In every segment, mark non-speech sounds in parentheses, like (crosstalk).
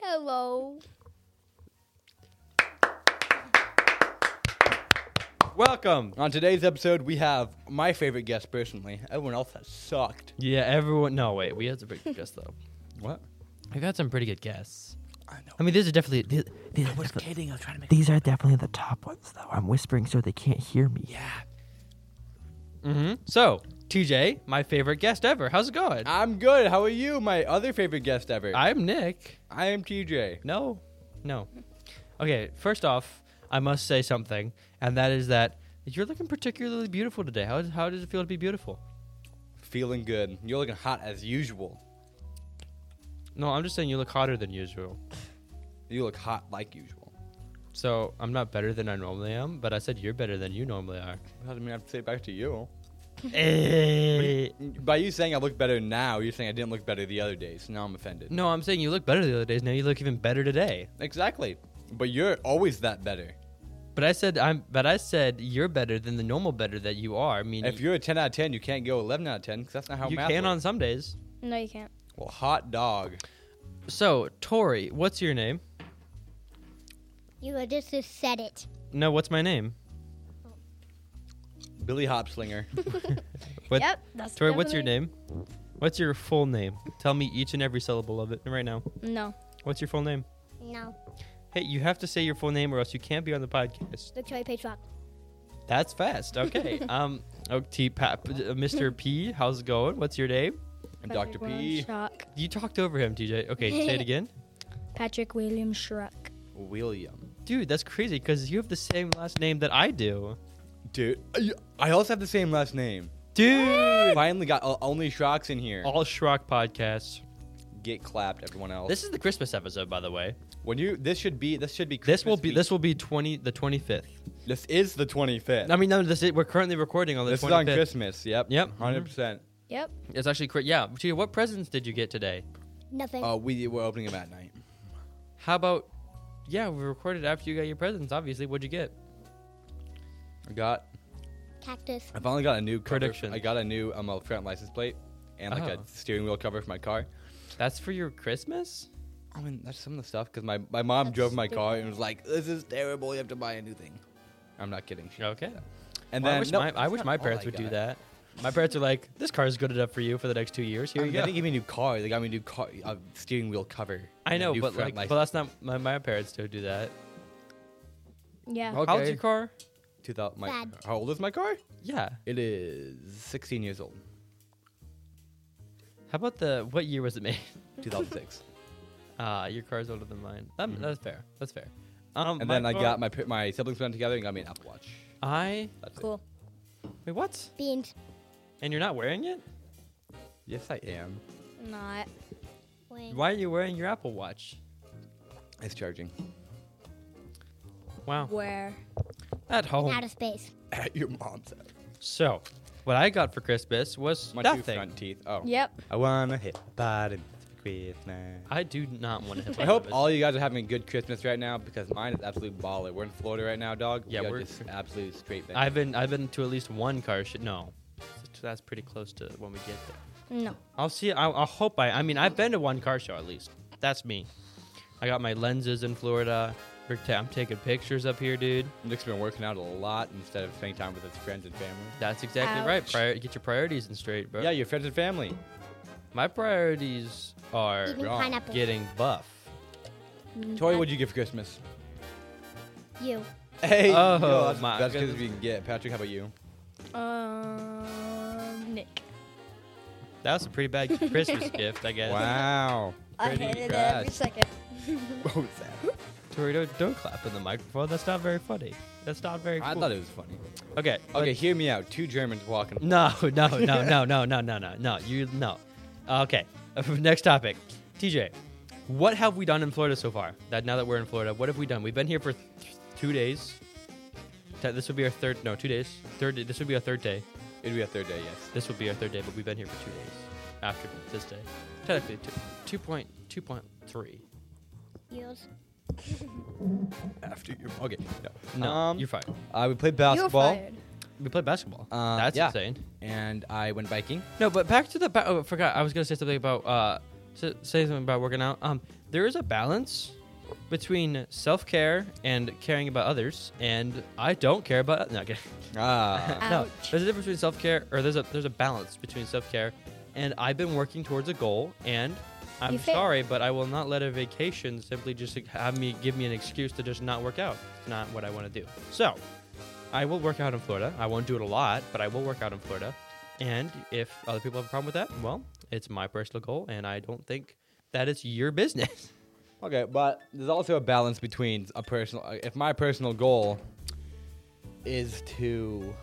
Hello. Welcome. On today's episode, we have my favorite guest personally. Everyone else has sucked. Yeah, everyone. No, wait. We had some pretty good guests though. What? I got some pretty good guests. I know. I mean, these are definitely. These, these, are, defi- kidding. I was trying to make. These are definitely the top ones, though. I'm whispering so they can't hear me. Yeah. Mhm. So, TJ, my favorite guest ever. How's it going? I'm good. How are you, my other favorite guest ever? I'm Nick. I am TJ. No, no. Okay. First off, I must say something, and that is that you're looking particularly beautiful today. How how does it feel to be beautiful? Feeling good. You're looking hot as usual. No, I'm just saying you look hotter than usual. You look hot like usual. So I'm not better than I normally am, but I said you're better than you normally are. What does it mean I have to say it back to you? Eh. By you saying I look better now, you're saying I didn't look better the other day, so now I'm offended. no, I'm saying you look better the other days. Now you look even better today. Exactly. But you're always that better. But I said I'm. But I said you're better than the normal better that you are. I mean, If you're a 10 out of 10, you can't go 11 out of 10 because that's not how you math can on works. some days. No, you can't. Well, hot dog. So Tori, what's your name? You just said it. No, what's my name? Billy (laughs) Hopslinger. What, Yep. That's Tori, what's your definitely- name? What's your full name? Tell me each and every syllable of it right now. No. What's your full name? No. Hey, you have to say your full name or else you can't be on the podcast. Victoria Patriot. That's fast. Okay. um, oh, T, Pat, Mr. P, how's it going? What's your name? I'm Patrick Dr. Williams P. Schrock. You talked over him, TJ. Okay, say it again. Patrick William Schrock. William. Dude, that's crazy because you have the same last name that I do. Dude, I- I also have the same last name. Dude. Oh. Finally got o- only Shocks in here. All Shrock podcasts. Get clapped, everyone else. This is the Christmas episode, by the way. when you this should be this should be This will Christmas be week. this will be twenty the twenty fifth. this is the 25th. I mean, no, this is, we're currently recording on the this is twenty on fifth. Christmas. Yep. Yep. 100. percent Yep. It's actually cra- yeah. Tia, what presents did you get today? Nothing. Oh, we were opening them at night. How about yeah? We recorded after you got your presents. Obviously, what'd you get? I got Cactus. I finally got a new cover. Prediction. I got a new um a front license plate and like Oh. a steering wheel cover for my car. That's for your Christmas. I mean that's some of the stuff because my my mom That's drove my car stupid. and was like, "This is terrible. You have to buy a new thing." I'm not kidding. She- Okay. And Well, then I wish no, my, I that's wish not my all parents I would do got. that. My parents are like, this car is good enough for you for the next two years. Here I you mean, go. They didn't give me a new car. They got me a new car, a steering wheel cover. I and a know, new but front like, but license. that's not my, my parents don't do that. Yeah. Okay. How old's your car? 2000 my, Bad. how old is my car? Yeah. It is 16 years (laughs) old. How about the what year was it made? (laughs) 2006. Ah, your car's older than mine. That, That's fair. That's fair. Um, Mm-hmm. and then I phone- got my pa- my siblings went together and got me an Apple Watch. I That's it. Cool. wait. What? Beans. And you're not wearing it? Yes, I am. Not. Wait. Why are you wearing your Apple Watch? It's (laughs) charging. Oh. Wow. Where? At In home. outer space. At your mom's house. So, what I got for Christmas was My two nothing. front teeth. Oh. Yep. I want to hit bottom for Christmas. I do not want to (laughs) hit. I hope all you guys are having a good Christmas right now because mine is absolute baller. We're in Florida right now, dog. Yeah, we are we're- just absolute straight there. I've been I've been to at least one car shoot. No, that's pretty close to when we get there. No. I'll see. I'll, I'll hope I. I mean, I've been to one car show at least. That's me. I got my lenses in Florida. We're ta- I'm taking pictures up here, dude. Nick's been working out a lot instead of spending time with his friends and family. That's exactly right. Ouch. Prior, get your priorities in straight, bro. Yeah, your friends and family. my priorities are Eating wrong. pineapple. Oh getting buff. Tori, what'd you get for Christmas? You. Hey, Oh, yo, that's, my that's good as goodness. we can get. Patrick, how about you? Um. Nick. That was a pretty bad Christmas gift, I (laughs) guess. Wow. I Pretty hated it every trash. second. What was that? Tori, don't, don't clap in the microphone. That's not very funny. That's not very. I cool. thought it was funny. Okay. Okay, hear me out. Two Germans walking. No, (laughs) no, no, no, no, no, no, no, no. You no. Okay. (laughs) Next topic. TJ, what have we done in Florida so far? That now that we're in Florida, what have we done? We've been here for th- two days. Th- This would be our third. No, two days. Third. day- This would be our third day. It'd be a third day, yes. This would be our third day, but we've been here for two days after this day. Technically, two, two point two point three. Yours. (laughs) After you. Okay. No. No, um, you're fired. uh, we played You're basketball. fired. We played basketball. Uh, That's yeah. insane. And I went biking. No, but back to the. Ba- oh, I forgot. I was gonna say something about uh, s- say something about working out. Um, there is a balance between self care and caring about others, and I don't care about. No, okay. Ah. no, Ouch. there's a difference between self care, or there's a there's a balance between self care, and I've been working towards a goal, and I'm You failed. sorry, but I will not let a vacation simply just have me give me an excuse to just not work out. It's not what I want to do. So, I will work out in Florida. I won't do it a lot, but I will work out in Florida. And if other people have a problem with that, well, it's my personal goal, and I don't think that is your business. (laughs) (laughs) Okay, but there's also a balance between a personal. uh, If my personal goal is to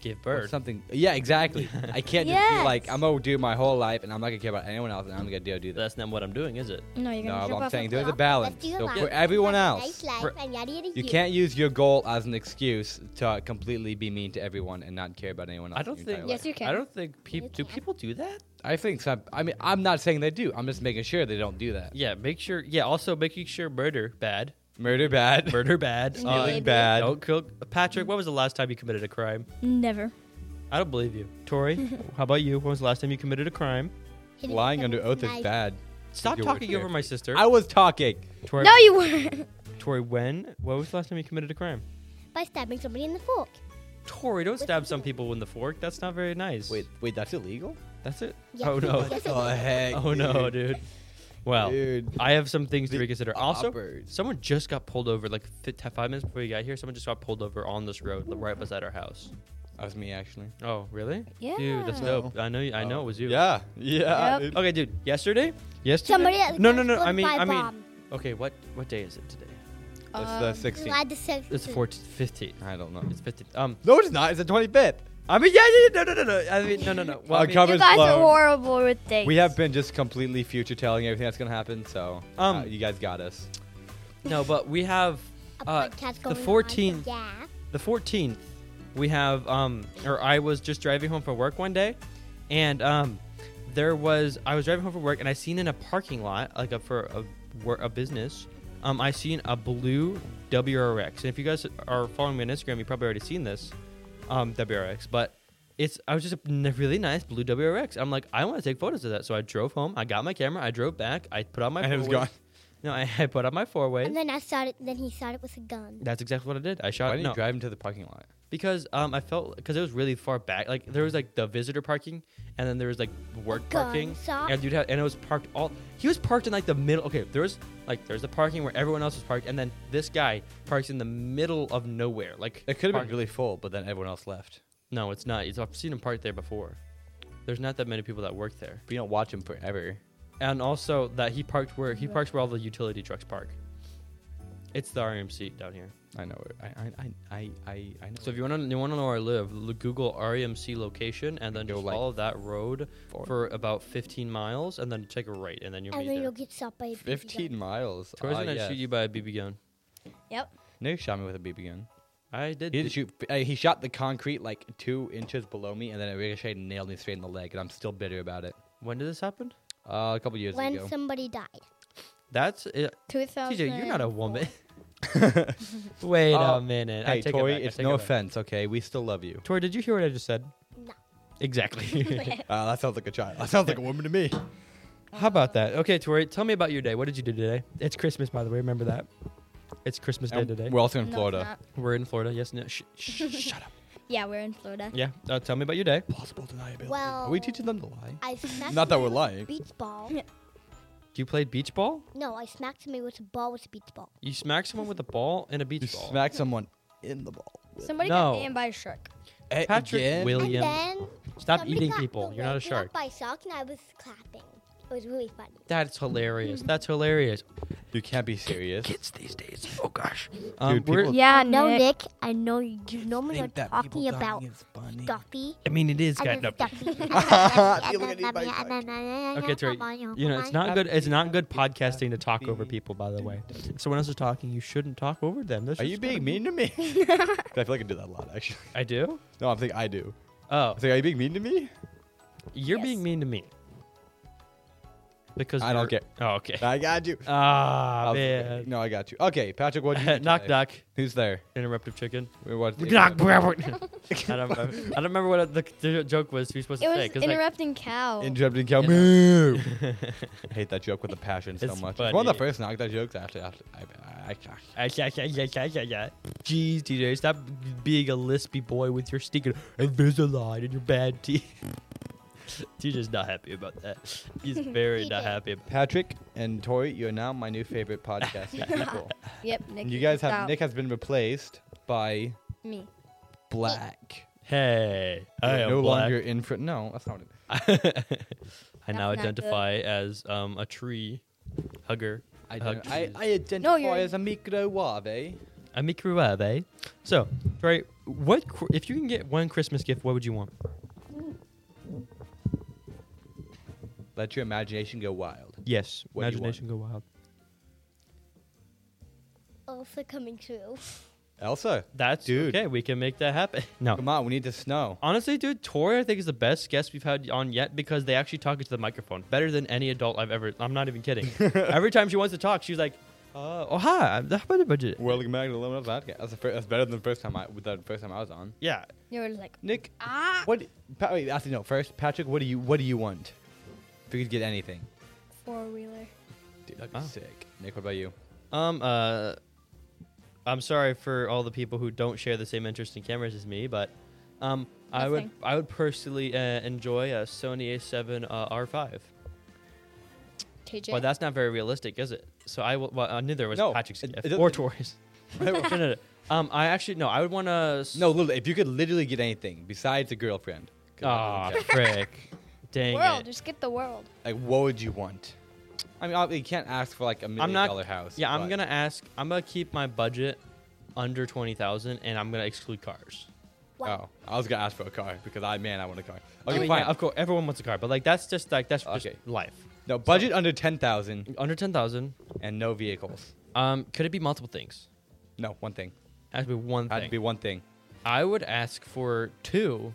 Give or birth. something, yeah, (laughs) exactly. I can't just be Yes. like I'm gonna do my whole life, and I'm not gonna care about anyone else, and I'm gonna go do that. That's not what I'm doing, is it? No, you're No, gonna but jump I'm off saying a there's a cliff. balance. Let's do So a for lot. everyone Have a else, Nice life for- and yada, yada, you yada. can't use your goal as an excuse to completely be mean to everyone and not care about anyone else. I in don't your think. entire Yes, life. you I can. don't think people You do. can. People do that. I think some. I mean, I'm not saying they do. I'm just making sure they don't do that. Yeah, make sure. Yeah, also making sure murder bad, Murder bad. (laughs) murder bad, uh, Stealing bad. Don't kill Patrick. When was the last time you committed a crime? (laughs) Never. I don't believe you, Tori. how about you? When was the last time you committed a crime? Hit me Lying with under a oath knife. is bad. Stop Your talking word over here. my sister. I was talking. Tori, No, you weren't. Tori, when? When was the last time you committed a crime? By stabbing somebody in the fork. Tori, don't stab some people with the fork. That's not very nice. Wait, wait, that's illegal? that's it. Yeah. Oh no. Yes, it Oh is. heck. oh no, dude. Well, Dude. I have some things to The reconsider. Also, uppers. someone just got pulled over. Like fi- t- five minutes before you got here, someone just got pulled over on this road, like, right beside our house. That was me actually. Oh, really? Yeah. Dude, that's No. dope. I know. I know it was you. Yeah, yeah. Yep. dude. Oh, Okay, dude. Yesterday. Yesterday. Somebody that no, got no, no. I exploded mean, by a I mean. bomb. Okay, what what day is it today? It's the Um, 16th. Glad to say- It's 14th, 15th. I don't know. It's 15th. Um, No, it's not. It's the 25th. I mean, yeah, yeah, yeah, no, no, no, no. I mean, no, no, no. Well, I Our mean, cover's You guys blown. are horrible with things. We have been just completely future telling everything that's gonna happen. So, Um, um, you guys got us. no, but we have a uh, podcast the going on, so 14th. Yeah. The 14th, we have um, or I was just driving home from work one day, and um, there was I was driving home from work and I seen in a parking lot like a, for a wor- a business, um, I seen a blue WRX, and if you guys are following me on Instagram, you probably already seen this, um, WRX, but. It's I was just a n- really nice blue WRX. I'm like, I want to take photos of that. So I drove home. I got my camera. I drove back. I put on my. And it was four-way- gone. No, (laughs) I, I put on my four way. And then I shot it. Then he shot it with a gun. That's exactly what I did. I shot. Why didn't no, you drive into the parking lot? because um, I felt because it was really far back. Like there was like the visitor parking, and then there was like work Gun parking, shop. and you'd have, and it was parked all. He was parked in like the middle. Okay, there was like there's the parking where everyone else is parked, and then this guy parks in the middle of nowhere. Like It could have park- been really full, but then everyone else left. No, it's not. It's, I've seen him parked there before. There's not that many people that work there, But you don't watch them forever. and also that he parked where he parks where all the utility trucks park. It's the RMC down here. I know. where- I I I I I- I know. So if you want to you want to know where I live, l- Google REMC location and then Go just like follow that road four. for about 15 miles and then take a right and then you'll be And then there. you'll get shot by a BB gun. fifteen miles. Tori's Ah, gonna yes. shoot you by a BB gun. Yep. Nick shot me with a BB gun. I did. He do- didn't shoot. Uh, he shot the concrete like two inches below me, and then it ricocheted and nailed me straight in the leg, and I'm still bitter about it. When did this happen? Uh, a couple years When ago. (laughs) somebody died. That's it. 2000. TJ, you're (laughs) not a woman. (laughs) Oh. Wait Uh, a minute. I hey, take Tori, it back. I it's take no it back. offense, okay? We still love you. Tori, did you hear what I just said? No. (laughs) Exactly. (laughs) Uh, that sounds like a child. That sounds like a woman to me. How about that? Okay, Tori, tell me about your day. What did you do today? It's Christmas, by the way. Remember that. It's Christmas Day And today. We're also in No, it's Florida. not. We're in Florida. Yes. No. Sh- (laughs) sh- shut up. Yeah, we're in Florida. Yeah. Uh, tell me about your day. Possible deniability. Well, Are we teaching them to lie? (laughs) I smacked Not that him we're with a lying. Beach ball. Do you play beach ball? No, I smacked me with a ball with a beach ball. You smack someone with a ball in a beach You ball. smack someone in the ball. Somebody No. got eaten by a shark. Eh, Patrick again? will- William, And then Oh, Stop somebody eating got people. You're not a bewildered shark. By shark, and I was clapping. It was really funny. That's hilarious. That's hilarious. You can't be serious. Kids these days. Oh gosh. Um, Dude, we're- people- Yeah, Uh, No, Nick, I know you you normally are Think that people talking dying about is funny. Duffy. I mean, it is and kind then of. (laughs) (laughs) You look at these bikes Okay, Okay, Tori. You know, it's not good. It's not good podcasting to talk over people. By the way, If someone else is talking. You shouldn't talk over them. That's Are just you kinda being mean to me? I feel like I do that a lot, actually. I do. No, I'm thinking I do. Oh, I was like, are you being mean to me? you're Yes. being mean to me. Because I don't you're- care. Oh, okay. I got you. Ah, I was- man. No, I got you. Okay, Patrick, what? (laughs) knock, knock. Who's there? Interruptive chicken. We watched- Knock, knock. (laughs) I don't remember. I don't remember what the, the joke was. You were supposed It to was say 'cause, like, interrupting cow. Interrupting cow. Yeah. Moo. I hate that joke with a passion so It's much. It's one of the funny. first knock that jokes after. after I, I, I, (laughs) Ah, yeah, yeah, yeah, yeah, yeah, yeah. Jeez, DJ, stop being a lispy boy with your stinking Invisalign and your bad teeth. (laughs) DJ's not happy about that. (laughs) He's very not DJ. happy. About Patrick and Tori, you're now my new favorite podcasting people. Yep, Nick. And you guys have stop. Nick has been replaced by Me. Black. hey, I You're am no black. (laughs) longer in front. No, that's not what it is. I now That's not identify as um, a tree hugger. I, Hug don't- I, trees. I identify No, you're- as a eh? microwave. a microwave. eh? So, right, what cr- if you can get one Christmas gift? What would you want? Let your imagination go wild. Yes, What do you want? imagination go wild. Also coming true. Elsa, That's Dude. okay. We can make that happen. No, come on, we need the snow. Honestly, dude, Tori, I think is the best guest we've had on yet because they actually talk into the microphone better than any adult I've ever. I'm not (laughs) even kidding. Every time she wants to talk, she's like, uh, "Oh hi, I'm the budget budget." Welcome back to the Lumina Podcast. That's, the fir- that's better than the first time I the first time I was on. Yeah, You were like, Nick, Ah. what? Pa- wait, actually, no. First, Patrick, what do you what do you want? If you could get anything, four wheeler. dude, that'd be Wow. sick. Nick, what about you? (laughs) Um, uh, I'm sorry for all the people who don't share the same interest in cameras as me, but um, I would Nothing. I would personally uh, enjoy a Sony A7 uh, R5. KJ. Well, that's not very realistic, is it? So I will. Well, uh, neither was No, Patrick's it- gift it- or Tori's. no, no, no, no. Um, I actually no. I would want to. literally, if you could literally get anything besides a girlfriend, 'cause that Ah, doesn't count, frick. Dang world. it. Just get the world. like what would you want? I mean, obviously, you can't ask for like a million not- dollar house. Yeah, I'm but- gonna ask. I'm gonna keep my budget under twenty thousand, and I'm gonna exclude cars. Oh, I was gonna ask for a car because I man, I want a car. Okay, I mean, fine. yeah, of course, everyone wants a car, but like that's just like that's just Okay. life. no budget under ten thousand Under ten thousand. and no vehicles. Um, could it be multiple things? No, one thing. Has to be one Had to thing. be one thing. I would ask for two.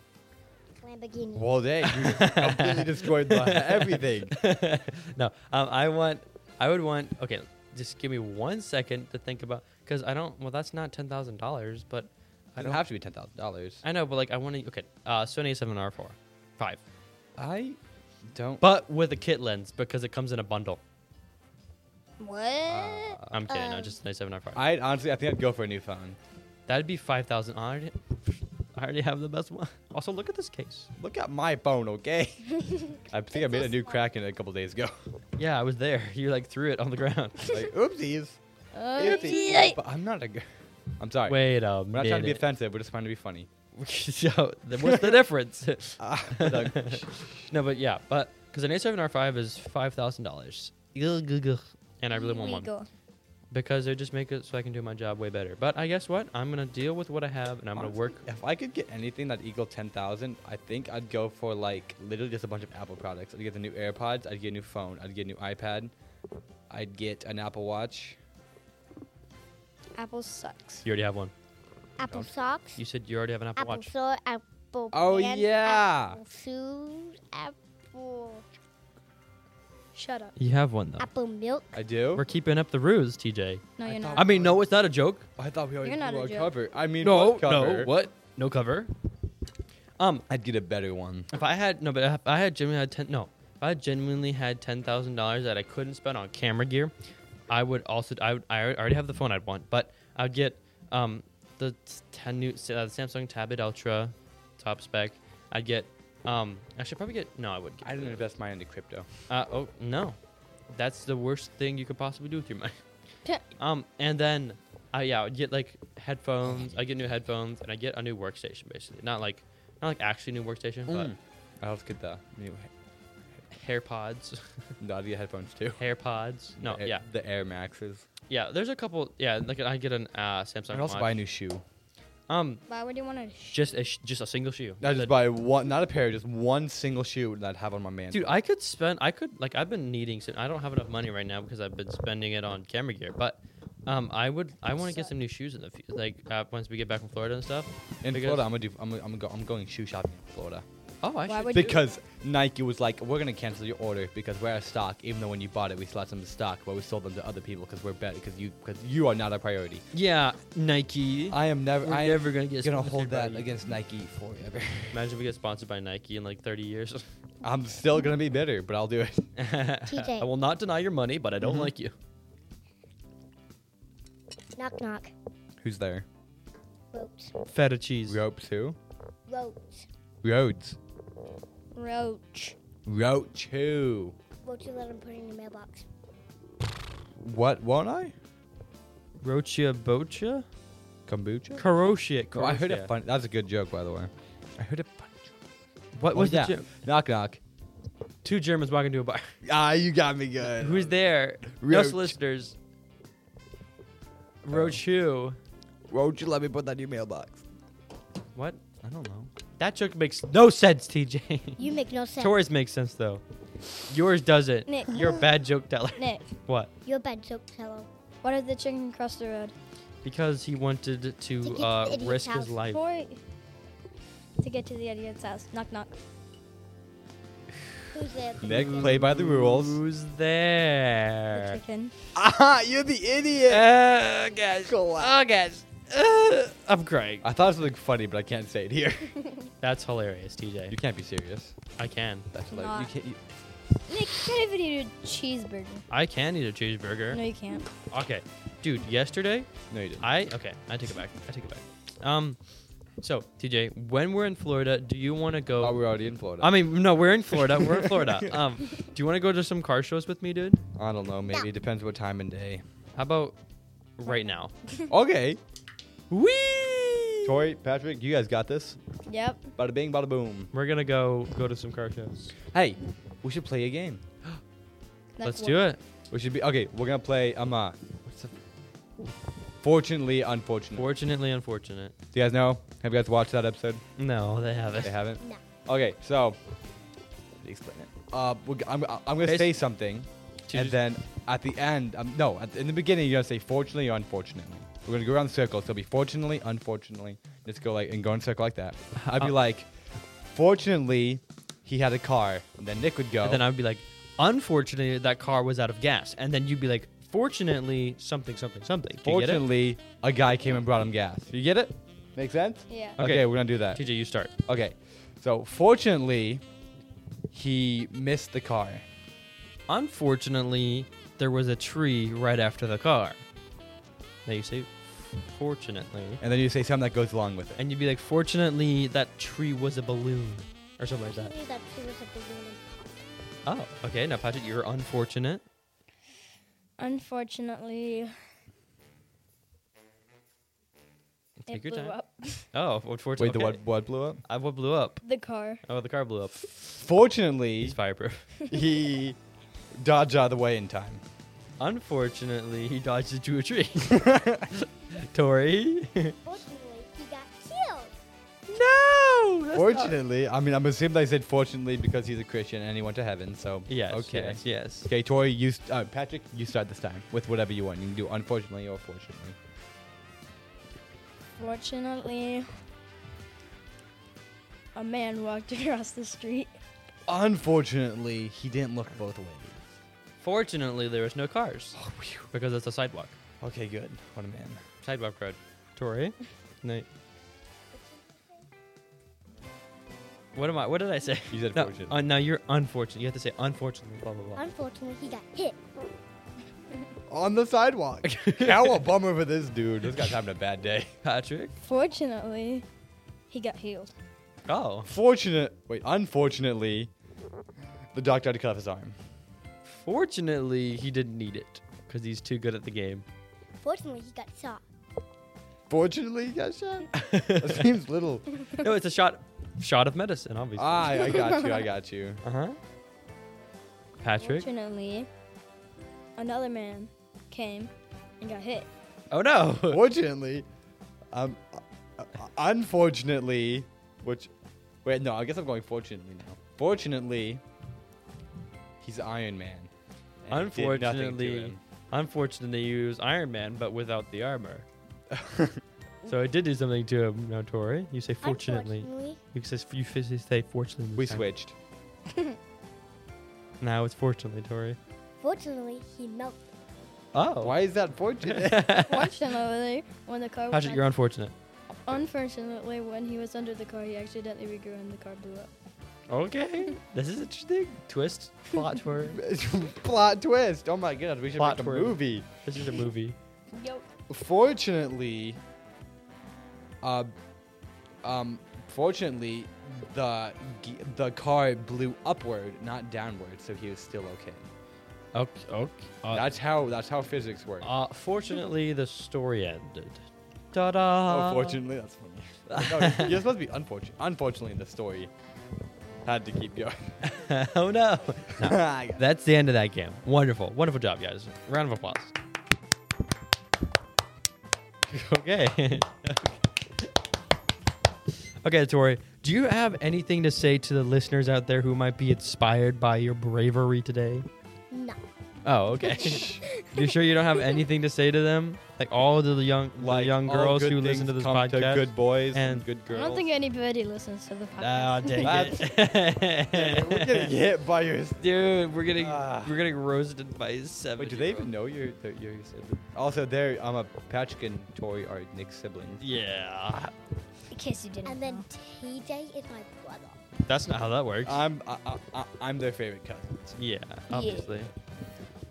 (laughs) Lamborghini. Well, they you completely destroyed the, everything. (laughs) no, um, I want. I would want. Okay, just give me one second to think about because I don't. Well, that's not ten thousand dollars, but I It don't. have to be ten thousand dollars. I know, but like I want to. Okay, uh, Sony A7 R4, five, I don't. but with a kit lens because it comes in a bundle. What? uh, I'm kidding. I Um, just said seven R5. I honestly, I think I'd go for a new phone. That'd be five thousand. I already, I already have the (laughs) best one. Also, look at this case. Look at my phone, okay? (laughs) I think I made so a new small. crack in it a couple days ago. Yeah, I was there. (laughs) You like threw it on the (laughs) ground. (laughs) like, oopsies. Uh, oopsies. But I'm not a. g- I'm sorry. Wait a We're not trying to be minute. offensive. We're just trying to be funny. (laughs) so, th- what's the difference? (laughs) (laughs) Ah, (laughs) like, no, but yeah, but because an A7 R5 is five thousand dollars, and I really want one Legal. because they just make it so I can do my job way better. But I guess what I'm gonna deal with what I have, and I'm gonna honestly, work. If I could get anything that equal ten thousand, I think I'd go for like literally just a bunch of Apple products. I'd get the new AirPods. I'd get a new phone. I'd get a new iPad. I'd get an Apple Watch. Apple sucks. You already have one. Apple Don't- socks. You said you already have an Apple, apple Watch. store. Apple. Oh, pants, yeah. Apple shoes. Apple. Shut up. You have one though. Apple milk. I do. We're keeping up the ruse, TJ. No, I you're thought- not. I mean, no, it's not a joke. I thought we already You're not blew a our joke. cover. I mean, No, what no, cover? what? No cover. Um, I'd get a better one. if I had no, but if I had genuinely had ten, no, if I genuinely had ten thousand dollars that I couldn't spend on camera gear, I would also, I would, I already have the phone I'd want, but I'd get um the s- ten new s- uh, the Samsung Tablet Ultra, top spec. I'd get um, I should probably get no, I would. Get, I didn't invest mine into crypto. Uh, oh no, that's the worst thing you could possibly do with your money. Um, and then, I yeah, I'd get like headphones. I get new headphones, and I get a new workstation, basically. Not like, not like actually new workstation, Mm. but I'll just get the new hair (laughs) pods, no, I'd get headphones too. hair pods. No, The Air- yeah, The Air Maxes. yeah. There's a couple. Yeah, like I get an uh, Samsung. I'd also watch. buy a new shoe. Um, Why would you want to? Sh- just a sh- just a single shoe. I'd just But- buy one, not a pair, just one single shoe that I'd have on my man. Dude, I could spend. I could like. I've been needing. some- I don't have enough money right now because I've been spending it on camera gear. But, um, I would. I want to get some new shoes in the future. Like uh, once we get back from Florida and stuff. in because- Florida, I'm gonna do. I'm gonna, I'm, gonna go, I'm going shoe shopping in Florida. Oh, I Why should. would you- Because Nike was like, we're gonna cancel your order because we're out of stock. Even though when you bought it, we still had some in stock, but we sold them to other people because we're better. Because you, because you are not a priority. yeah, Nike. I am never. We're I am never gonna get gonna sponsored hold by that you. against Nike forever. (laughs) Imagine if we get sponsored by Nike in like 30 years. (laughs) I'm still gonna be bitter, but I'll do it. (laughs) I will not deny your money, but I don't Mhm. like you. Knock knock. Who's there? Ropes. Feta cheese. Ropes who? Ropes. Rhodes. Roach. Roach who? Won't you let him put it in your mailbox? What? Won't I? Rocha bocha? Kombucha. Karoshia. Oh, I heard a fun. That was a good joke, by the way. I heard a funny joke. What was that? Knock knock. Two Germans walking to a (laughs) bar. Ah, you got me good. Who's there? No Roach. solicitors. Oh. Rochu. Won't you let me put that in your mailbox? What? I don't know. That joke makes no sense, TJ. (laughs) You make no sense. Tori's makes sense though. Yours doesn't. Nick. You're a bad joke teller. Nick, What? You're a bad joke fellow. why did the chicken cross the road? Because he wanted To get to to uh, idiot's risk house. his life. Tori. To get to the idiot's house. Knock knock. Who's there? Nick, play by the rules. Who's The there? chicken. Ah, (laughs) you're the idiot. Oh gosh. Oh gosh. Uh, I'm crying. I thought it was something funny, but I can't say it (laughs) here. That's hilarious, you TJ. can't be serious. I can. That's like Not. you can't. You, Nick, you can't even eat a cheeseburger. I can eat a cheeseburger. No, you can't. Okay, dude. Yesterday, no, you didn't. I okay. I take it back. I take it back. Um, so TJ, when we're in Florida, do you want to oh, go? we're already in Florida. I mean, no, we're in Florida. We're (laughs) in Florida. Um, do you want to go to some car shows with me, dude? I don't know. Maybe it depends what time and day. How about right now? Okay. Whee! Tori, Patrick, you guys got this. Yep. Bada bing, bada boom. We're gonna go go to some car shows. Hey, we should play a game. Let's do it. We should be okay. We're gonna play. I'm uh, what's the? Fortunately, unfortunate. Fortunately, unfortunate. Do you guys know? Have you guys watched that episode? No, they haven't. They haven't. No. Okay, so let me explain it. Uh, we're, g- I'm, I'm gonna Bas- say something, To and just- then at the end, um, no, at, in the beginning, you're gonna say fortunately or unfortunately. We're gonna go around the circle. So it'll be fortunately, unfortunately. Just go like and go in a circle like that. I'd be Uh, like, fortunately, he had a car, and then Nick would go. And then I would be like, unfortunately, that car was out of gas. And then you'd be like, fortunately, something, something, something. Do you get it? fortunately, a guy came and brought him gas. You get it? Make sense? Yeah. Okay. Okay, we're gonna do that. TJ, you start. Okay, so fortunately, he missed the car. Unfortunately, there was a tree right after the car. Now you say, fortunately. And then you say something that goes along with it. And you'd be like, fortunately, that tree was a balloon. Or something like that. He knew that she was a balloon. Oh, okay. Now, Patrick, you're unfortunate. Unfortunately, Take it your blew time. up (laughs) Oh, unfortunately. Wait, the what, what blew up? I, what blew up? the car. Oh, the car blew up. Fortunately, He's fireproof. (laughs) he dodged out of the way in time. (laughs) Unfortunately, he dodged into a (laughs) tree. Tori. Fortunately, he got killed. No. Fortunately, I mean, I'm assuming they said fortunately because he's a Christian and he went to heaven. So (laughs) Yes. okay, Yes. Yes. okay, Tori, you, st- uh, Patrick, you start this time with whatever you want. You can do unfortunately or fortunately. Fortunately, a man walked (laughs) across the street. Unfortunately, he didn't look both ways. Fortunately, there was no cars because it's a sidewalk. Oh, Okay, good. What a man. Sidewalk road. Tori. No. What am I? What did I say? You said no, fortunately. uh, no, you're unfortunate. You have to say unfortunately. Blah blah blah. Unfortunately, he got hit. On the (laughs) sidewalk. How a bummer for this dude. This guy's having a bad day. Patrick. Fortunately, he got healed. Oh. Fortunate. Wait, unfortunately, the doctor had to cut off his arm. Fortunately, he didn't need it because he's too good at the (laughs) game. Fortunately, he got shot. Fortunately, he got shot. (laughs) That seems little. no, it's a shot. Shot of medicine, obviously. ah, I got you. I got you. Uh huh. Patrick. Fortunately, another man came and got (laughs) hit. Oh no. Fortunately, um, uh, uh, unfortunately, which, wait, no, I guess I'm going fortunately now. Fortunately, he's Iron Man. and it did nothing to Unfortunately, unfortunately, you use Iron Man, but without the armor. So it did do something to him. No, Tori, you say fortunately. Unfortunately, You says you physically say fortunately. (laughs) this We time. switched. Now it's fortunately, Tori. Fortunately, he melted. (laughs) Oh. Why is that fortunate? (laughs) Watched him over there when the car. Patrick, went- you're unfortunate. Unfortunately, when he was under the car, he accidentally regrew and the car blew up. Okay. (laughs) this is interesting. Twist plot for (laughs) Plot twist. Oh my goodness, we should Plot make a twist. movie. this is a movie. Yo. Fortunately, uh, um, fortunately, the g- the car blew upward, not downward, so he was still okay. Okay. okay. Uh, that's how that's how physics works. uh, fortunately, the story ended. Ta da! oh, fortunately, that's funny. (laughs) no, you're supposed to be unfortunate. Unfortunately, the story had to keep going. (laughs) oh no. No. (laughs) I got it. That's the end of that game. Wonderful. Wonderful job, guys. Round of applause. (laughs) okay. (laughs) okay, Tori, do you have anything to say to the listeners out there who might be inspired by your bravery today? No. Oh, okay. (laughs) you sure you don't have anything to say to them? Like all the young the young all girls good who listen things to this come podcast? good boys and, and- good I girls. don't think anybody listens to the (laughs) Ah, podcast. dang (laughs) Yeah, (laughs) we're getting it. hit by your. Dude, we're getting Ah. we're getting roasted by seven. Wait, do they even know you're, that you're your sibling? Also, there, I'm a Patrick and Tori are Nick's siblings. Yeah. In case you didn't. And then TJ is my brother. That's not how that works. I'm I, I, I, I'm their favorite cousins. yeah, obviously.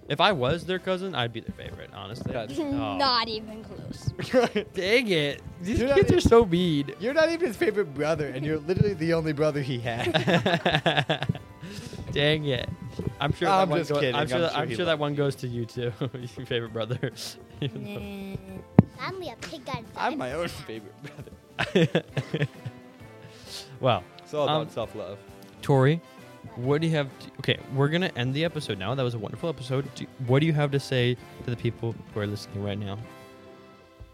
If I was their cousin, I'd be their favorite, honestly. That's- Oh. (laughs) even close. Dang it. These Dude, I kids mean- are (laughs) so mean. (laughs) (laughs) You're not even his favorite brother, and you're literally the only brother he had. (laughs) Dang it. I'm sure that I'm one just go- kidding. I'm sure, I'm that, sure I'm he sure that loves one goes to you too. (laughs) Your favorite brother. (laughs) You know. Nah. Finally, a pig got his I'm my diamond own back. favorite (laughs) brother. well, It's all about Um, self-love. Tori, what do you have? To, okay, we're gonna end the episode now. That was a wonderful episode. Do, what do you have to say to the people who are listening right now?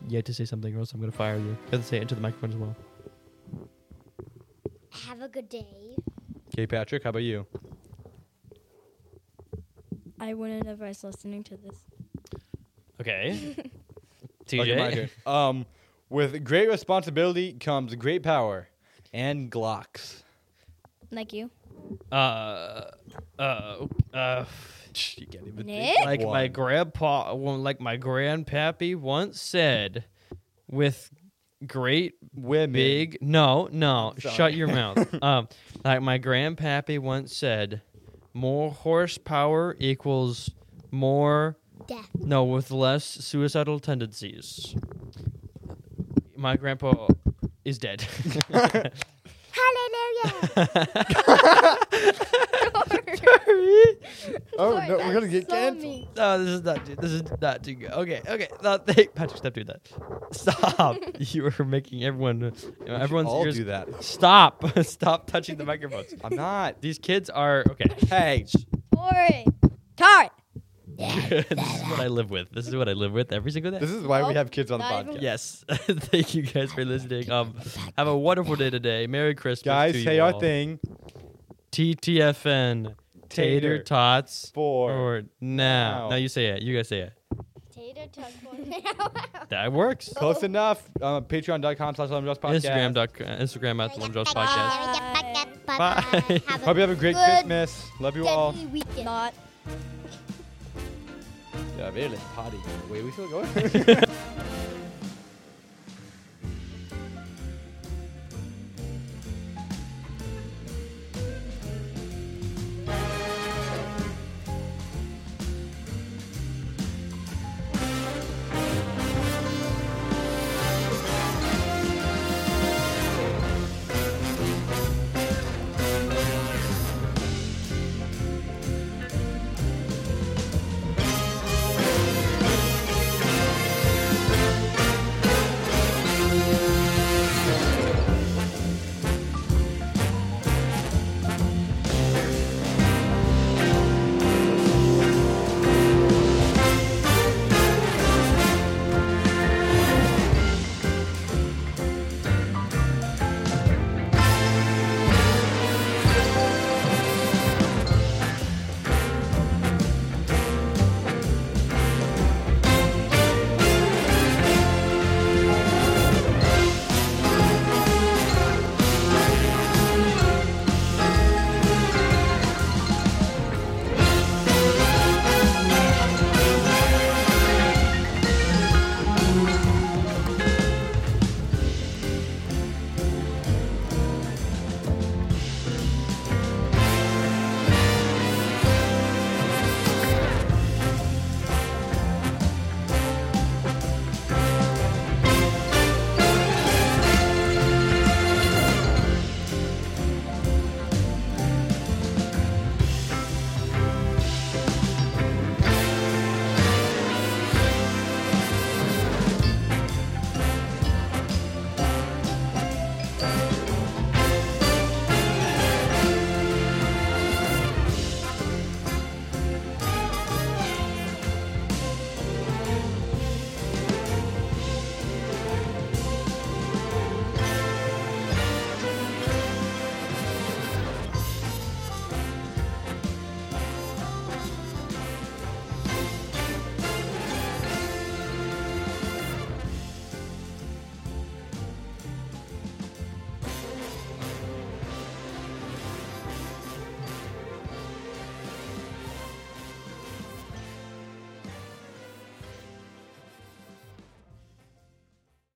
You have to say something, or else I'm gonna fire you. You have to say it into the microphone as well. Have a good day. Okay, Patrick, how about you? I wouldn't advise listening to this. Okay. Okay, my turn. Um, with great responsibility comes great power, and Glocks. Like you. Uh, uh, uh. You can't even Nick? of Like my one. grandpa, well, like my grandpappy once said, with great (laughs) women. (laughs) big no no Sorry. shut your mouth um like my grandpappy once said more horsepower equals more Death. no with less suicidal tendencies my grandpa is dead Oh, (laughs) Hallelujah. Sorry. Oh Sorry, no, we're gonna that's get so canceled. mean. no this is not too, this is not too good okay okay no, (laughs) thank, patrick stop doing that stop (laughs) you are making everyone everyone's all ears do that. stop (laughs) stop touching the microphones I'm not. these kids are okay (laughs) Hey, Tori. Tori. (laughs) this is what I live with. This is what I live with every single day. this is why we Nope, have kids on the not even- podcast. (laughs) yes. Thank you guys for listening. (laughs) Um, have a wonderful day today. Merry Christmas, Guys, to say you our all. thing. TTFN. Tater Tater tots for or now. now. Now you say it. You guys say it. Tater tot (laughs) for now. That works. Close enough. Uh, Patreon.com slash Lemon Drops Podcast. Instagram dot uh, Instagram at the Lemon Drops Podcast. Bye. Bye. Have a Hope you have a great Good Christmas. Love you all. deadly weekend. Not. Yeah, really. Party. Wait, we still going?